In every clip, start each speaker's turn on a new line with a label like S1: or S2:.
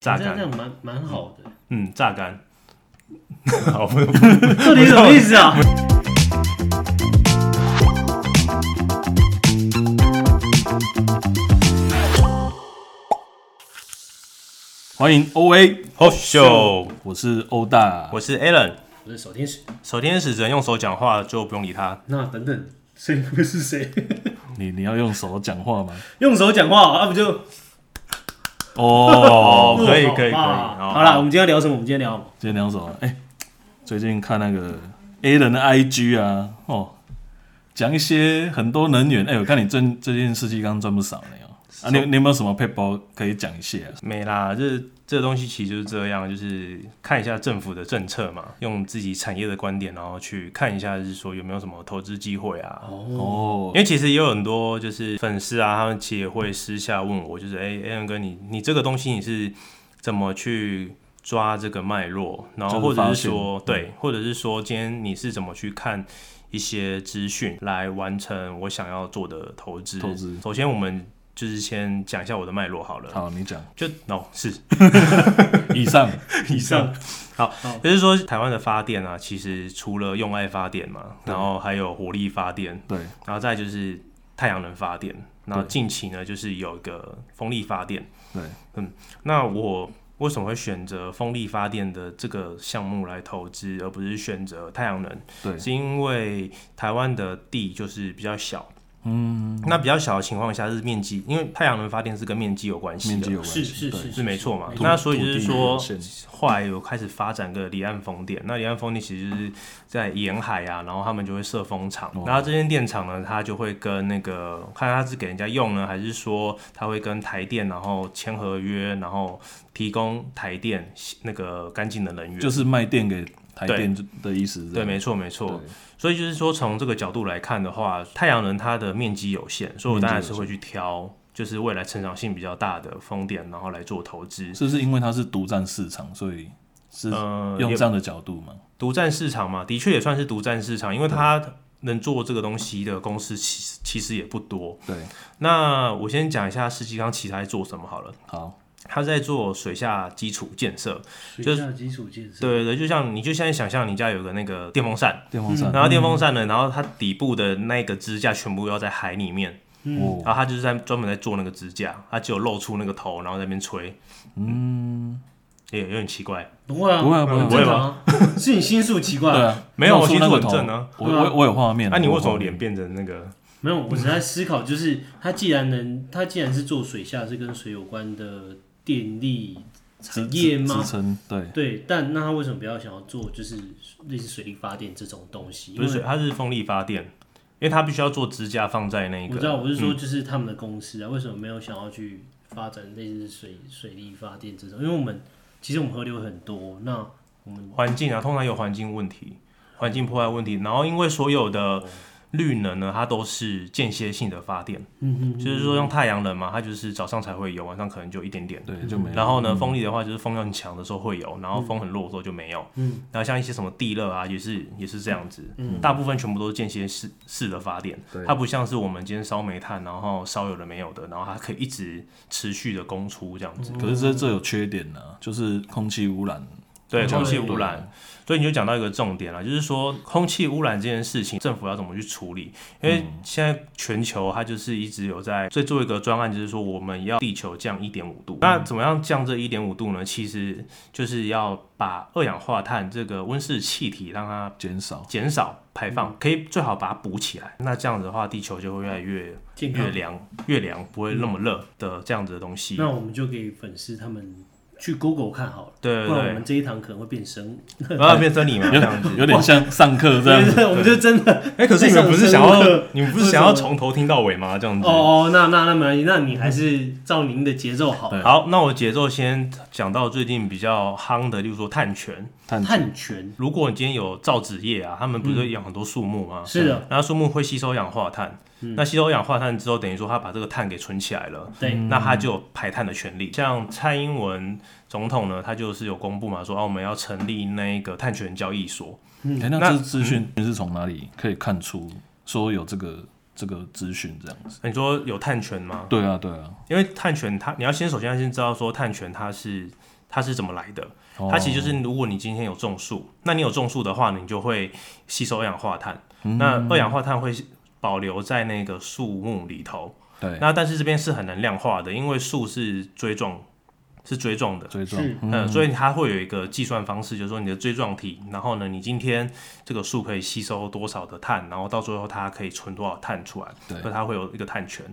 S1: 榨
S2: 这样这
S1: 干，
S2: 样蛮蛮好的。
S1: 嗯，榨干。好，不
S2: 到底什么意思啊？
S1: 欢迎 O A
S3: 好秀，
S1: 我是欧大。
S3: 我是 Alan。
S2: 我是守天使。
S3: 手天使只能用手讲话，就不用理他。
S2: 那等等，谁会是 谁？
S1: 你你要用手讲话吗？
S2: 用手讲话啊，不就
S1: 哦，
S3: 哦，可以
S2: 好吧
S3: 可以可以。
S2: 好
S3: 好
S2: 啦，我，们今天要聊什么？我们今天聊什么
S1: 今天两手啊。哎、最近看那个 A 人的 I G 啊，哦，讲一些很多能源。哎、我看你最最近世纪刚赚不少呢哦。啊，你你有没有什么 paper 可以讲一些、啊？
S3: 没啦，这这东西其实就是这样，就是看一下政府的政策嘛，用自己产业的观点，然后去看一下，就是说有没有什么投资机会啊。
S1: 哦
S3: 因，为其实也有很多就是粉丝啊，他们其实也会私下问我，就是哎、a a n 哥你，你这个东西你是怎么去抓这个脉络？然后或者是说，
S1: 就是发现嗯
S3: 对，或者是说今天你是怎么去看一些资讯来完成我想要做的投资？
S1: 投资
S3: 首先我们就是先讲一下我的脉络好了，
S1: 好，你讲。
S3: 就 no 是
S1: 以上，
S3: 以上。好
S2: 好，
S3: 就是说台湾的发电啊，其实除了用爱发电嘛，然后还有火力发电，
S1: 对，
S3: 然后再就是太阳能发电，然后近期呢就是有一个风力发电。
S1: 对，
S3: 嗯，那我为什么会选择风力发电的这个项目来投资，而不是选择太阳能？
S1: 对，
S3: 是因为台湾的地就是比较小，
S1: 嗯，
S3: 那比较小的情况下是面积，因为太阳能发电是跟面积有关系
S1: 面积
S3: 的。
S1: 有关
S2: 是
S1: 系，
S2: 是
S1: 对
S2: 是
S3: 是没错嘛
S2: 没，
S1: 土
S3: 那所以就是说
S1: 土地有限，
S3: 后来有开始发展个离岸风电。那离岸风电其实就是在沿海啊，然后他们就会设风场，
S1: 哦
S3: 然后这间电厂呢，它就会跟那个看它是给人家用呢，还是说它会跟台电然后签合约，然后提供台电那个干净的能源。
S1: 就是卖电给台电的意思。
S3: 对，没错，没
S1: 对
S3: 错。所以就是说，从这个角度来看的话，太阳能它的面积有限，所以我当然是会去挑，就是未来成长性比较大的风电，然后来做投资。
S1: 是不是因为它是独占市场，所以是
S3: 呃，
S1: 用
S3: 也
S1: 这样的角度嘛？
S3: 独占市场嘛，的确也算是独占市场，因为它能做这个东西的公司其实其实也不多。
S1: 对，
S3: 那我先讲一下世纪钢其实在做什么好了，
S1: 好，
S3: 它在做水下基础建设。
S2: 水下基础建设？
S3: 对对对，就像你就现在想象你家有个那个电风扇，
S1: 电风扇，
S3: 然后电风扇呢，然后它底部的那个支架全部要在海里面，
S1: 哦，
S3: 然后它就是在专门在做那个支架，它只有露出那个头，然后在那边吹，
S1: 嗯，
S3: 也有点奇怪。
S2: 不会啊，
S1: 不会
S2: 很
S1: 啊不
S3: 会
S2: 正常啊。 是你心术奇怪
S1: 对
S2: 啊？
S1: 啊，
S3: 没有
S1: 露出那个头
S3: 我其实很正啊
S1: 我我我有画面。
S3: 那、你
S1: 我
S3: 为
S1: 有
S3: 什
S1: 画
S3: 么
S1: 面
S3: 脸变成那个？
S2: 没有，我只在思考，就是它既然能，它既然是做水下，是跟水有关的电力产
S1: 支
S2: 业
S1: 支
S2: 吗
S1: 支？撑？对，
S2: 对，但那他为什么不要想要做就是类似水力发电这种东西？因
S3: 不
S2: 为
S3: 是水，它是风力发电，因为它必须要做支架放在那个。嗯
S2: 我知道，我是说，就是他们的公司啊，为什么没有想要去发展类似水水力发电这种？因为我们其实我们河流很多，那
S3: 嗯
S2: 我们
S3: 环境啊，通常有环境问题、环境破坏问题。然后因为所有的绿能呢，它都是间歇性的发电，
S2: 嗯
S3: 就是说用太阳能嘛，它就是早上才会有，晚上可能就一点点。
S1: 对，就没了。
S3: 然后呢，风力的话就是风很强的时候会有，然后风很弱的时候就没有。
S2: 嗯，
S3: 然后像一些什么地热啊，也是也是这样子。嗯，大部分全部都是间歇式式的发电
S1: 对，
S3: 它不像是我们今天烧煤炭，然后烧有的没有的，然后它可以一直持续的供出这样子。
S1: 可是这这有缺点呢，就是空气污染。
S3: 嗯对，
S2: 空
S3: 空
S2: 气
S3: 气
S2: 污
S3: 污染。所以你就讲到一个重点了，就是说空气污染这件事情，政府要怎么去处理？因为现在全球它就是一直有在在做一个专案，就是说我们要地球降一点五度。那怎么样降这一点五度呢？其实就是要把二氧化碳这个温室气体让它
S1: 减少。
S3: 减少排放，可以最好把它补起来。那这样子的话，地球就会越来越
S2: 健
S3: 越
S2: 康。
S3: 凉，越凉不会那么热的这样子的东西。
S2: 那我们就给粉丝他们去 Google 看好了，
S3: 对
S2: 不然我
S3: 对
S2: 们这一堂可能会变生物。
S3: 对，然后变成你嘛这样子
S1: 有。有点像上课这样
S3: 啊
S1: 子，
S2: 对，我们就真的
S3: 哎、可是你们不是想
S2: 上生物
S3: 要
S2: 课，
S3: 你们不是想要从头听到尾吗？这样子。
S2: 哦哦，那那那没关系，那你还是照您的节奏好。
S1: 对
S3: 好，那我节奏先讲到最近比较夯的，例如说碳权。
S1: 碳
S2: 碳权
S3: 如果你今天有造纸业啊，他们不是养很多树木吗？
S2: 是的，
S3: 然后树木会吸收氧化碳，那吸收二氧化碳之后，等于说它把这个碳给存起来了，
S2: 对，
S3: 那它就有排碳的权利。像蔡英文总统呢，他就是有公布嘛，说啊，我们要成立那个碳权交易所。
S1: 哎、那
S3: 那嗯
S1: 这资讯是从哪里可以看出说有这个这个资讯这样子。
S3: 你说有碳权吗？
S1: 对啊，对啊，
S3: 因为碳权它，你要先首先要先知道说碳权它是它是怎么来的。
S1: 哦
S3: 它其实就是，如果你今天有种树，那你有种树的话，你就会吸收二氧化碳。
S1: 嗯
S3: 那二氧化碳会保留在那个树木里头。
S1: 对，
S3: 那但是这边是很难量化的，因为树是锥状，是锥状的。
S1: 追踪
S2: 是
S3: 嗯，所以它会有一个计算方式，就是说你的锥状体，然后呢，你今天这个树可以吸收多少的碳，然后到最后它可以存多少碳出来，
S1: 对
S3: 那它会有一个碳权。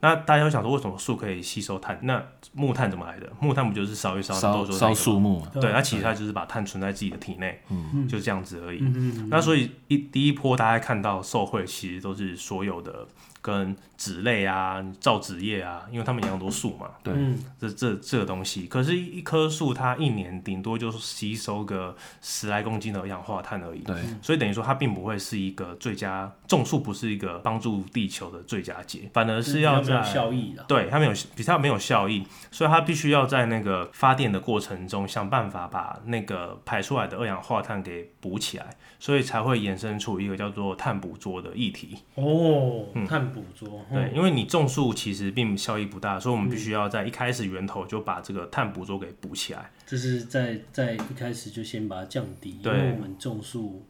S3: 那大家会想说，为什么树可以吸收碳？那木炭怎么来的？木炭不就是烧一烧，
S1: 烧
S3: 都说
S1: 烧树木啊嘛，
S3: 对，那其实它就是把碳存在自己的体内，嗯，就这样子而已。
S2: 嗯
S3: 那所以一第一波大家看到受贿，其实都是所有的跟纸类啊、造纸业啊，因为他们养很多树嘛，
S1: 对
S2: 嗯
S3: 这这这个东西。可是，一棵树它一年顶多就是吸收个十来公斤的二氧化碳而已，
S1: 对，
S3: 所以等于说它并不会是一个最佳种树，不是一个帮助地球的最佳解，反而是要
S2: 比较没有
S3: 在。
S2: 效益的，
S3: 对它没有比较没有效益，所以它必须要在那个发电的过程中想办法把那个排出来的二氧化碳给补起来，所以才会衍生出一个叫做碳捕捉的议题。
S2: 哦，
S3: 嗯
S2: 碳捕捉，
S3: 对，因为你种树其实并效益不大，所以我们必须要在一开始源头就把这个碳捕捉给补起来。
S2: 就是在在一开始就先把它降低，因
S3: 对
S2: 为我们种树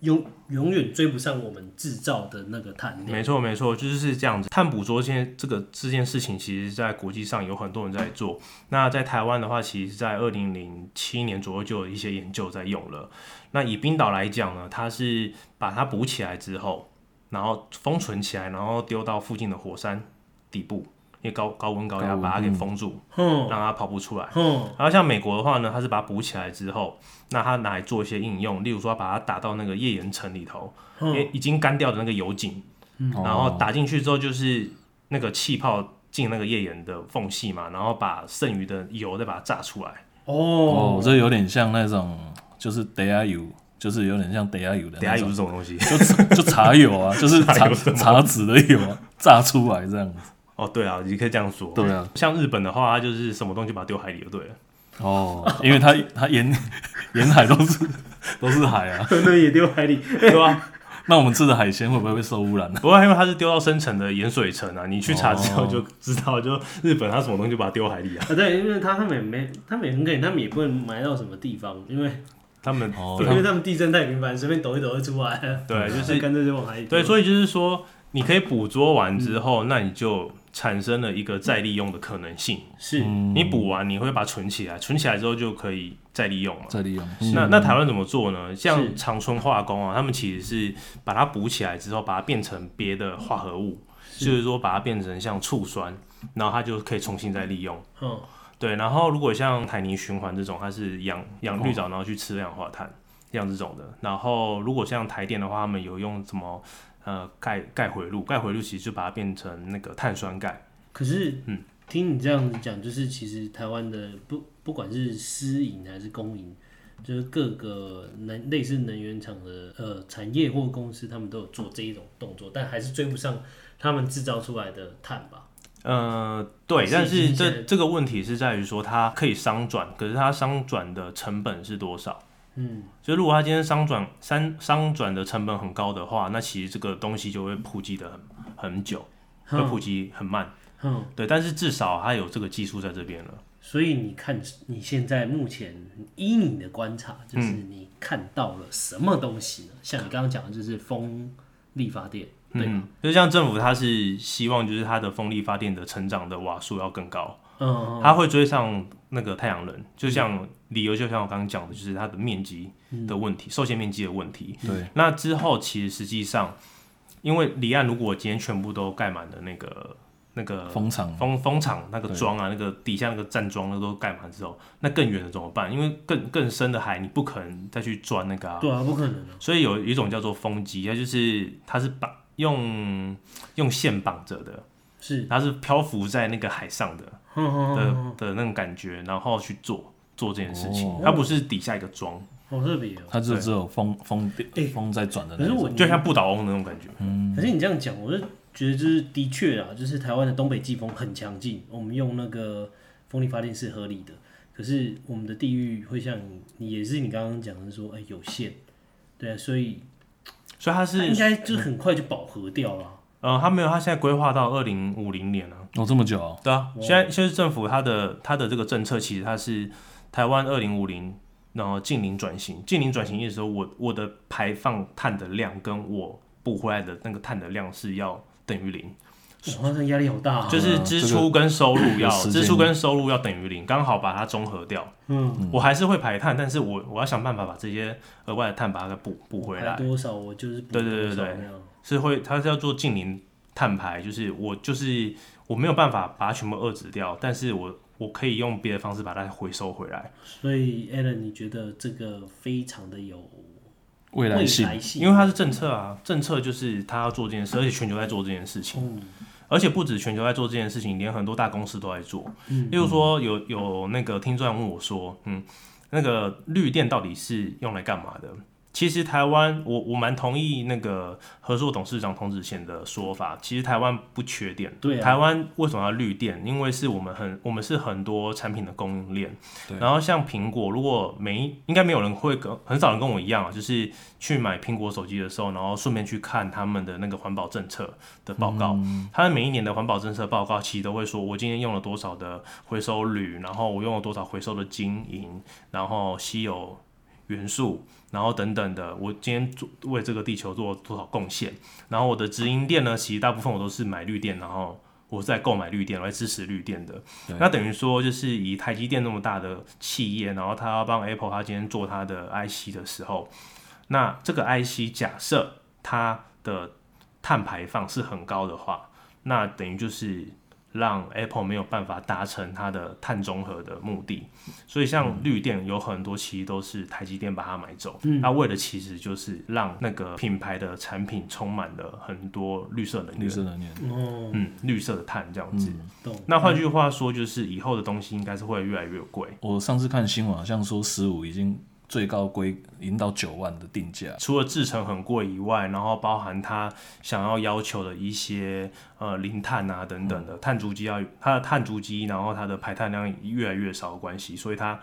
S2: 永永远追不上我们制造的那个碳量。
S3: 没错，没错，就是这样子。碳捕捉现在这个这件事情，其实在国际上有很多人在做。那在台湾的话，其实在二零零七年左右就有一些研究在用了。那以冰岛来讲呢，它是把它补起来之后，然后封存起来，然后丢到附近的火山底部，因为高高温高
S1: 高
S3: 压
S1: 温
S3: 把它给封住，
S2: 哼
S3: 让它跑不出来。
S2: 哼，
S3: 然后像美国的话呢，它是把它补起来之后，那它拿来做一些应用，例如说把它打到那个页岩层里头，因为已经干掉的那个油井，然后打进去之后就是那个气泡进那个页岩的缝隙嘛，然后把剩余的油再把它炸出来，
S1: 哦，
S2: 哦，
S1: 这有点像那种就是 d 下油，就是有点像 d 下油的
S3: 等下
S1: 那
S3: 油是
S1: 种，
S3: 什么东西？
S1: 就就茶油啊，就是茶茶籽的油啊，榨出来这样子。
S3: 哦， 对啊，你可以这样说。
S1: 对啊，
S3: 像日本的话，它就是什么东西把它丢海里就对了，
S1: 哦，因为它它沿沿海都是都是海啊，
S2: 真的也丢海里，
S3: 对啊，
S1: 那我们吃的海鲜会不会被受污染呢、啊
S3: 不过因为它是丢到深层的盐水层啊，你去查之后就知道，就日本它什么东西就把它丢海里啊，
S2: 啊，对，因为他他们也没，他们也很可怜，他们也不能埋到什么地方，因为
S3: 他们
S1: 哦
S3: 对
S2: 因为他们地震太频繁，随便抖一抖就出来了，
S3: 对就是
S2: 干脆就往海里丢。
S3: 对，所以就是说，你可以捕捉完之后，那你就产生了一个再利用的可能性。
S2: 是
S3: 你捕完，你会把它存起来，存起来之后就可以再利用嘛。
S1: 再利用，啊
S3: 那那台湾怎么做呢？
S2: 是
S3: 像长春化工啊，他们其实是把它补起来之后，把它变成别的化合物，就是说把它变成像醋酸，然后它就可以重新再利用。
S2: 嗯，
S3: 对，然后如果像海泥循环这种，它是养养绿
S2: 哦
S3: 藻，然后去吃二氧化碳，像这种的。然后如果像台电的话，他们有用什么呃钙钙回路，钙回路其实就把它变成那个碳酸钙。
S2: 可是
S3: 嗯
S2: 听你这样子讲，就是其实台湾的不不管是私营还是公营，就是各个能类似能源厂的呃产业或公司，他们都有做这一种动作，但还是追不上他们制造出来的碳吧。
S3: 呃，对，
S2: 是
S3: 但
S2: 已
S3: 是
S2: 经
S3: 这
S2: 是
S3: 这个问题是在于说它可以商转，可是它商转的成本是多少？
S2: 嗯，
S3: 就如果它今天商转商商转的成本很高的话，那其实这个东西就会普及的很很久，会
S2: 哼哦
S3: 普及很慢。
S2: 哼，
S3: 对，但是至少它有这个技术在这边了。
S2: 所以你看你现在目前依你的观察，就是你看到了什么东西呢？像你刚刚讲的，就是风力发电，对吗？
S3: 嗯，就像政府，它是希望就是它的风力发电的成长的瓦数要更高，
S2: 嗯，
S3: 它会追上那个太阳能。就像理由，就像我刚刚讲的，就是它的面积的问题，受限面积的问题。
S1: 对，
S3: 那之后其实实际上，因为离岸如果今天全部都盖满了那个那个
S1: 风场
S3: 风风场那个桩啊，那个底下那个站桩那都盖满之后，那更远的怎么办？因为更更深的海，你不可能再去钻那个啊。
S2: 对啊，不可能啊，
S3: 所以有一种叫做风机，它就是它是绑用用线绑着的，
S2: 是，
S3: 它是漂浮在那个海上的
S2: 哼哼哼，
S3: 的的那种感觉，然后去做做这件事情
S1: 哦，
S3: 它不是底下一个桩，
S2: 好特别哦。
S1: 它就只有风风
S2: 哎
S1: 风在转的
S2: 可
S1: 那
S2: 是
S1: 种。
S2: 我，
S3: 就像不倒翁的那种感觉。
S2: 可是你这样讲，我就觉得就是的确啊，就是台湾的东北季风很强劲，我们用那个风力发电是合理的。可是我们的地域会像你，也是你刚刚讲的说，哎、有限，对啊，所以
S3: 所以它
S2: 它
S3: 是
S2: 应该就是很快就饱和掉了。
S3: 呃，他没有，他现在规划到二零五零年啊。
S1: 哦，这么久、哦，
S3: 对啊，
S2: 哇
S3: 现在现在政府它的它的这个政策，其实它是台湾二零五零，然后近零转型。近零转型意思说我我的排放碳的量跟我补回来的那个碳的量是要等于零，
S2: 哇，这压力好大、啊。
S3: 就是支出跟 收入要、
S1: 有时间
S3: 支出跟收入要等于零，刚好把它综合掉。
S2: 嗯，
S3: 我还是会排碳，但是我我要想办法把这些额外的碳把它给补补回来
S2: 还。多少我就是补
S3: 对对对
S2: 多少
S3: 对
S2: 那样
S3: 是会，它是要做近零碳排，就是我就是我没有办法把它全部遏制掉，但是我我可以用别的方式把它回收回来，
S2: 所以 a l a n 你觉得这个非常的有
S1: 未来性，
S3: 因为它是政策啊，政策就是它要做这件事，而且全球在做这件事情，而且不止全球在做这件事情，连很多大公司都在做，例如说有有那个听众问我说，嗯，那个绿电到底是用来干嘛的？其实台湾，我我蛮同意那个合作董事长童子贤的说法。其实台湾不缺电，
S2: 对啊
S3: 台湾为什么要绿电？因为是我们很我们是很多产品的供应链
S1: 对。
S3: 然后像苹果，如果每一应该没有人会跟很少人跟我一样啊，就是去买苹果手机的时候，然后顺便去看他们的那个环保政策的报告。
S2: 嗯
S3: 他们每一年的环保政策报告其实都会说，我今天用了多少的回收铝，然后我用了多少回收的金银，然后稀有元素，然后等等的，我今天做为这个地球做多少贡献，然后我的直营店呢，其实大部分我都是买绿电，然后我在购买绿电，我在支持绿电的
S1: 对。
S3: 那等于说，就是以台积电那么大的企业，然后他要帮 Apple，他今天做他的 IC 的时候，那这个 IC 假设它的碳排放是很高的话，那等于就是让 Apple 没有办法达成它的碳中和的目的。所以像绿电有很多其实都是台积电把它买走，那、为的其实就是让那个品牌的产品充满了很多绿色能
S1: 绿
S3: 源，
S1: 色能源，
S2: 哦，
S3: 嗯，绿色的碳这样子。
S2: 懂。
S3: 那换句话说，就是以后的东西应该是会越来越贵。
S1: 我上次看新闻，好像说十五已经最高规已经到九万的定价，
S3: 除了制成很贵以外，然后包含它想要要求的一些呃零碳啊等等的碳足迹要它的碳足迹，然后它的排碳量越来越少的关系，所以它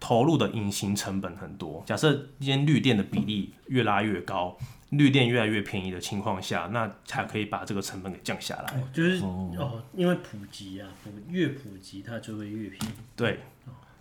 S3: 投入的隐形成本很多。假设今天绿电的比例越拉越高，绿电越来越便宜的情况下，那才可以把这个成本给降下来。
S2: 哦就是哦，因为普及啊，普越普及它就会越便宜。
S3: 对。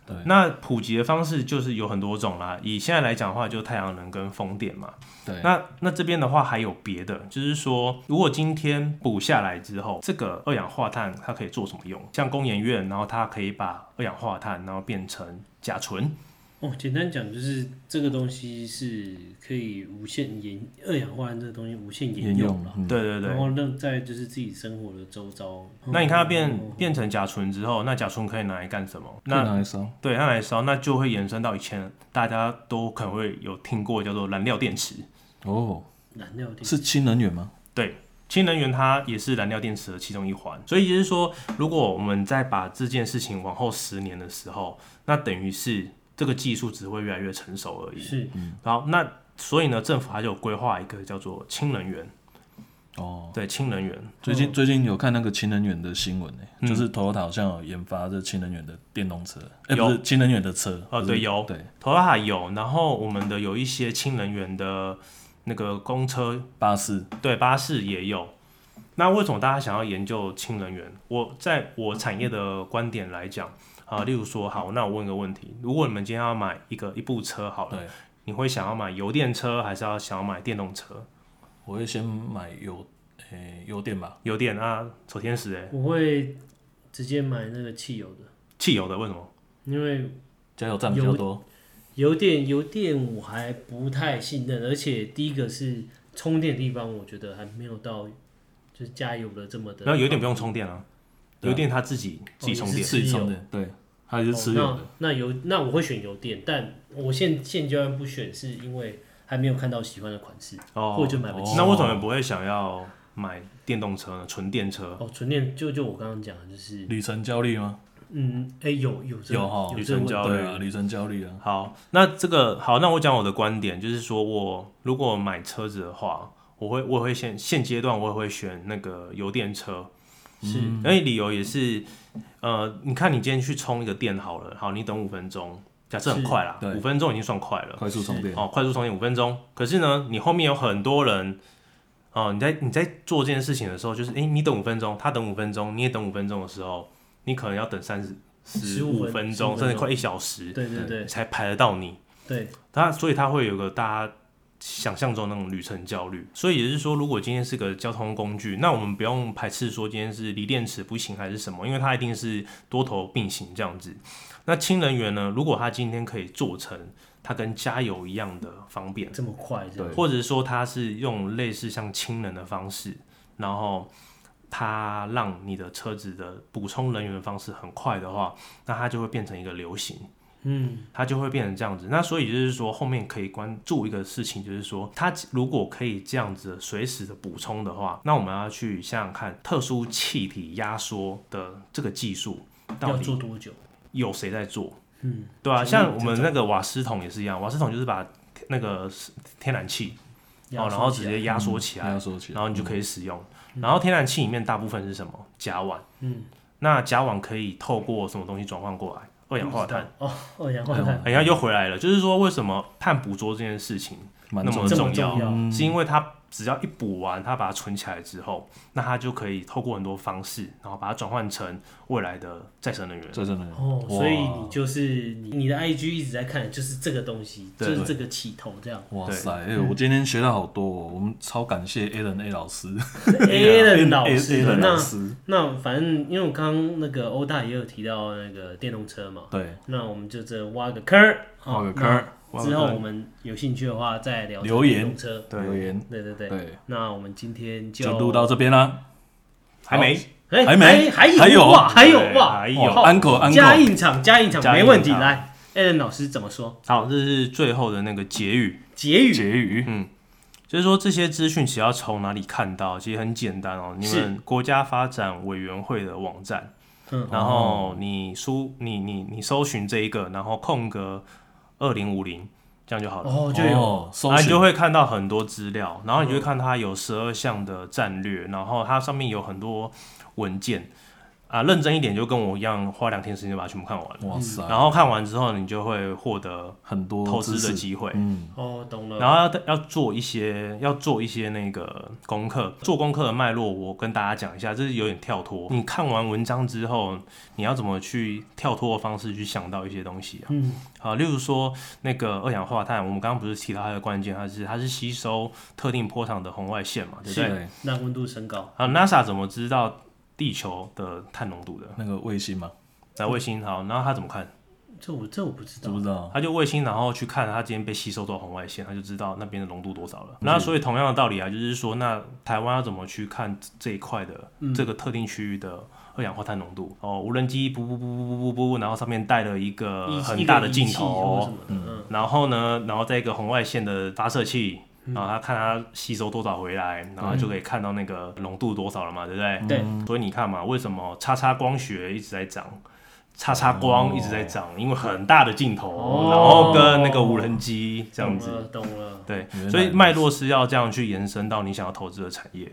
S1: 对
S3: 那普及的方式就是有很多种啦。以现在来讲的话，就太阳能跟风电嘛。
S1: 对，
S3: 那那这边的话还有别的，就是说，如果今天补下来之后，这个二氧化碳它可以做什么用？像工研院，然后它可以把二氧化碳然后变成甲醇，
S2: 哦，简单讲就是这个东西是可以无限延二氧化碳这个东西无限
S1: 沿
S2: 沿用
S1: 用
S2: 了，，
S1: 嗯
S3: 对对
S2: 然
S3: 对。
S2: 后让在就是自己生活的周遭。
S3: 那你看它变
S2: 哦
S3: 变成甲醇之后，那甲醇可以拿来干什么？
S1: 可以
S3: 那
S1: 拿来烧，
S3: 对它来烧，那就会延伸到以前大家都可能会有听过叫做燃料电池。
S1: 哦，
S2: 燃料电
S1: 是氢能源吗？
S3: 对，氢能源它也是燃料电池的其中一环，所以就是说，如果我们再把这件事情往后十年的时候，那等于是这个技术只会越来越成熟而已。
S2: 是
S1: 嗯
S3: 然后那所以呢，政府它就有规划一个叫做氢能源，
S1: 哦，
S3: 对，氢能源，
S1: 最近最近有看那个氢能源的新闻呢、
S3: 嗯
S1: 就是 Toyota 好像有研发这氢能源的电动车，哎、
S3: 有
S1: 不是氢能源的车，
S3: 哦
S1: 不是
S3: 对有
S1: 对，
S3: 头大有，然后我们的有一些氢能源的那个公车
S1: 巴士，
S3: 对，巴士也有。那为什么大家想要研究氢能源？我在我产业的观点来讲啊、例如说，好，那我问个问题：如果你们今天要买一个一部车好了
S1: 对，
S3: 你会想要买油电车，还是要想要买电动车？
S1: 我会先买油，诶、油电吧，
S3: 油电啊，丑天使哎、
S2: 我会直接买那个汽油的，
S3: 汽油的为什么？
S2: 因为
S1: 加油站比较多，
S2: 油电油电我还不太信任，而且第一个是充电地方，我觉得还没有到就是加油的这么的。
S3: 然后油电不用充电啊，
S1: 对啊
S3: 油电它自己自己充
S2: 哦也
S3: 电
S2: 是。
S1: 自己
S2: 吃油
S1: 充电，对，它也是吃油的，
S2: 哦、那那油那我会选油电，但我现现阶段不选，是因为还没有看到喜欢的款式，
S3: 哦
S2: 或者就买不起。
S3: 那为什么不会想要买电动车呢？纯电车？
S2: 哦，纯电就就我刚刚讲的，就是
S1: 旅程焦虑吗？
S2: 嗯，哎、有有这
S1: 有哈
S2: 有
S3: 有
S2: 这个问
S3: 成
S2: 题
S3: 交，焦虑
S1: 对啊，旅程焦虑啊，
S3: 好，那这个好，那我讲我的观点，就是说我如果买车子的话，我会我会现现阶段我也会选那个油电车，
S2: 是
S3: 因为理由也是，呃，你看你今天去充一个电好了，好，你等五分钟，假设很
S2: 是
S3: 快啦
S1: 对，
S3: 五分钟已经算快了，
S1: 快速充电，
S3: 哦，快速充电五分钟，可是呢，你后面有很多人。哦，你在你在做这件事情的时候，就是诶、你等五分钟，他等五分钟，你也等五分钟的时候，你可能要等三十十
S2: 15
S3: 五
S2: 分
S3: 分钟，
S2: 15
S3: 甚至
S2: 分钟
S3: 快一小时
S2: 对对对
S3: 才排得到你。
S2: 对，
S3: 他所以他会有个大家想象中那种旅程焦虑。所以也就是说，如果今天是个交通工具，那我们不用排斥说今天是锂电池不行还是什么，因为它一定是多头并行这样子。那氢能源呢？如果它今天可以做成它跟加油一样的方便，
S2: 这么快这样，
S1: 对
S3: 或者说它是用类似像氢能的方式，然后它让你的车子的补充能源的方式很快的话，那它就会变成一个流行。
S2: 嗯，
S3: 它就会变成这样子。那所以就是说，后面可以关注一个事情，就是说，它如果可以这样子随时的补充的话，那我们要去想想看，特殊气体压缩的这个技术到
S2: 要
S3: 底
S2: 做多久？
S3: 有谁在做？
S2: 嗯，
S3: 对啊，
S2: 请问
S3: 像我们那个瓦斯桶也是一样，瓦斯桶就是把那个天然气哦，
S2: 压缩
S3: 然后
S2: 起
S3: 直
S2: 来
S3: 接压缩起来，嗯
S1: 嗯压缩起来
S3: 然，后你就可以使用。然后天然气里面大部分是什么？甲烷。
S2: 嗯，
S3: 那甲烷可以透过什么东西转换过来？二氧化碳。
S2: 哦，二氧化碳
S3: 哎呀，又回来了，就是说为什么碳捕捉这件事情
S1: 蛮
S3: 那么
S1: 重要
S2: 这
S1: 的。
S2: 么
S3: 重要，嗯
S2: 重要
S3: 是因为它只要一补完，它把它存起来之后，那它就可以透过很多方式，然后把它转换成未来的再生能源。
S1: 这真的
S2: 哦，
S1: 哎哇
S2: 所以你就是你你的 IG 一直在看，就是这个东西，就
S3: 对
S2: 是这个起头这样。
S1: 哇塞！哎、我今天学到好多、哦，我们超感谢 Alan A 老师
S2: Alan 老
S1: A
S2: 师，
S1: Alan 老
S2: 那
S1: 师，
S2: 那反正因为我刚刚那个欧大也有提到那个电动车嘛，
S1: 对，
S2: 那我们就这挖个坑儿，
S1: 挖个
S2: 哦
S1: 坑儿
S2: 那之后我们有兴趣的话再聊
S1: 留言
S2: 电动车。
S3: 对
S1: 留言，
S2: 对对对，
S1: 对，
S2: 那我们今天就
S1: 就录到这边啦。
S3: 还没
S2: 哎
S1: 还没
S2: 还
S1: 还有
S2: 哇还有
S3: 对
S2: 哇
S3: 还有
S2: 哇
S1: ，uncle uncle，
S2: 加印场加印场
S3: 加印
S2: 没问题，
S3: 场
S2: 来 Alan 老师怎么说？
S3: 好，这是最后的那个结语，
S2: 结语
S1: 结语，
S3: 就是说这些资讯其实要从哪里看到，其实很简单哦，你
S2: 是
S3: 们国家发展委员会的网站，
S2: 嗯
S3: 然
S1: 哦
S3: 后你输你你你搜寻这一个，然后空格二零五零，这样就好了。
S2: 哦就有
S1: 哦搜
S3: 然后你
S1: 寻嗯
S3: 就会看到很多资料，然后你就会看它有十二项的战略，然后它上面有很多文件啊。认真一点，就跟我一样，花两天时间就把它全部看完了。
S2: 嗯
S1: 哇塞，
S3: 然后看完之后，你就会获得
S1: 很啊多
S3: 投
S1: 知
S3: 资
S1: 识
S3: 的机会。
S1: 嗯，
S2: 哦懂了，
S3: 然后要要做一些要做一些那个功课，做功课的脉络，我跟大家讲一下，这是有点跳脱。你看完文章之后，你要怎么去跳脱的方式去想到一些东西啊？
S2: 嗯，
S3: 好，例如说那个二氧化碳，我们刚刚不是提到它的关键，它是它是吸收特定波长的红外线嘛，对不
S1: 是
S3: 对？
S1: 对
S2: 让温度升高。
S3: 好，NASA 怎么知道地球的碳浓度的？
S1: 那个卫星嘛，
S3: 来卫星好，然后他怎么看？
S2: 这我这我不知
S1: 知
S2: 道
S1: 不，知道？
S3: 他就卫星，然后去看它今天被吸收多少红外线，他就知道那边的浓度多少
S2: 嗯
S3: 了。那所以同样的道理啊，就是说，那台湾要怎么去看这一块的、
S2: 嗯
S3: 这个特定区域的二氧化碳浓度？哦，无人机不不不不不不不，然后上面带了一个
S2: 一
S3: 呃很大的
S2: 一个仪
S3: 镜
S2: 器
S3: 头哦
S2: 或，什么的，嗯，
S3: 然后呢，然后再一个红外线的发射器，
S1: 嗯
S3: 然后它看它吸收多少回来，然后就可以看到那个浓度多少了嘛，对不
S1: 嗯
S3: 对？
S2: 对
S3: 所以你看嘛，为什么叉叉光学一直在涨？
S1: 哦
S3: 叉叉光一直在涨，因为很大的镜头，
S2: 哦
S3: 然后跟那个无人机这样
S2: 懂
S3: 子，
S2: 了懂了
S3: 对
S1: 嗯原来，
S3: 所以
S1: 如此
S3: 脉络是要这样去延伸到你想要投资的产业。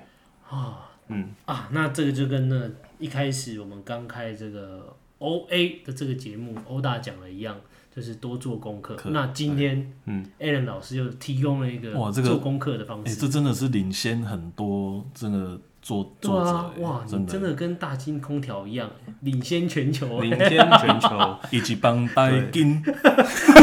S2: 啊
S3: 嗯，
S2: 啊，那这个就跟那一开始我们刚开这个 O A 的这个节目欧大讲的一样，就是多做功课。
S1: 课
S2: 那今天
S3: 嗯
S2: ，Alan 老师又提供了一个
S1: 哇这个
S2: 做功课的方
S1: 哎、
S2: 式，
S1: 这真的是领先很多这个作
S2: 对
S1: 作者、
S2: 啊，
S1: 哎
S2: 哇，你
S1: 真
S2: 真的跟大金空调一样，哎领先全球，
S3: 领先全球，
S1: 一级帮带金，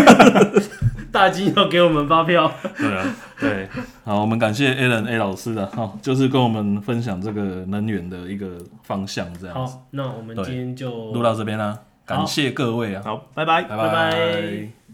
S2: 大金要给我们发票。
S1: 对啊。
S3: 对，
S1: 好，我们感谢 Alan A 老师的哈、就是跟我们分享这个能源的一个方向，这样子
S2: 好，那我们今天就
S1: 录到这边啦、感谢各位啊，
S3: 好，拜拜。
S2: 拜
S1: 拜拜
S2: 拜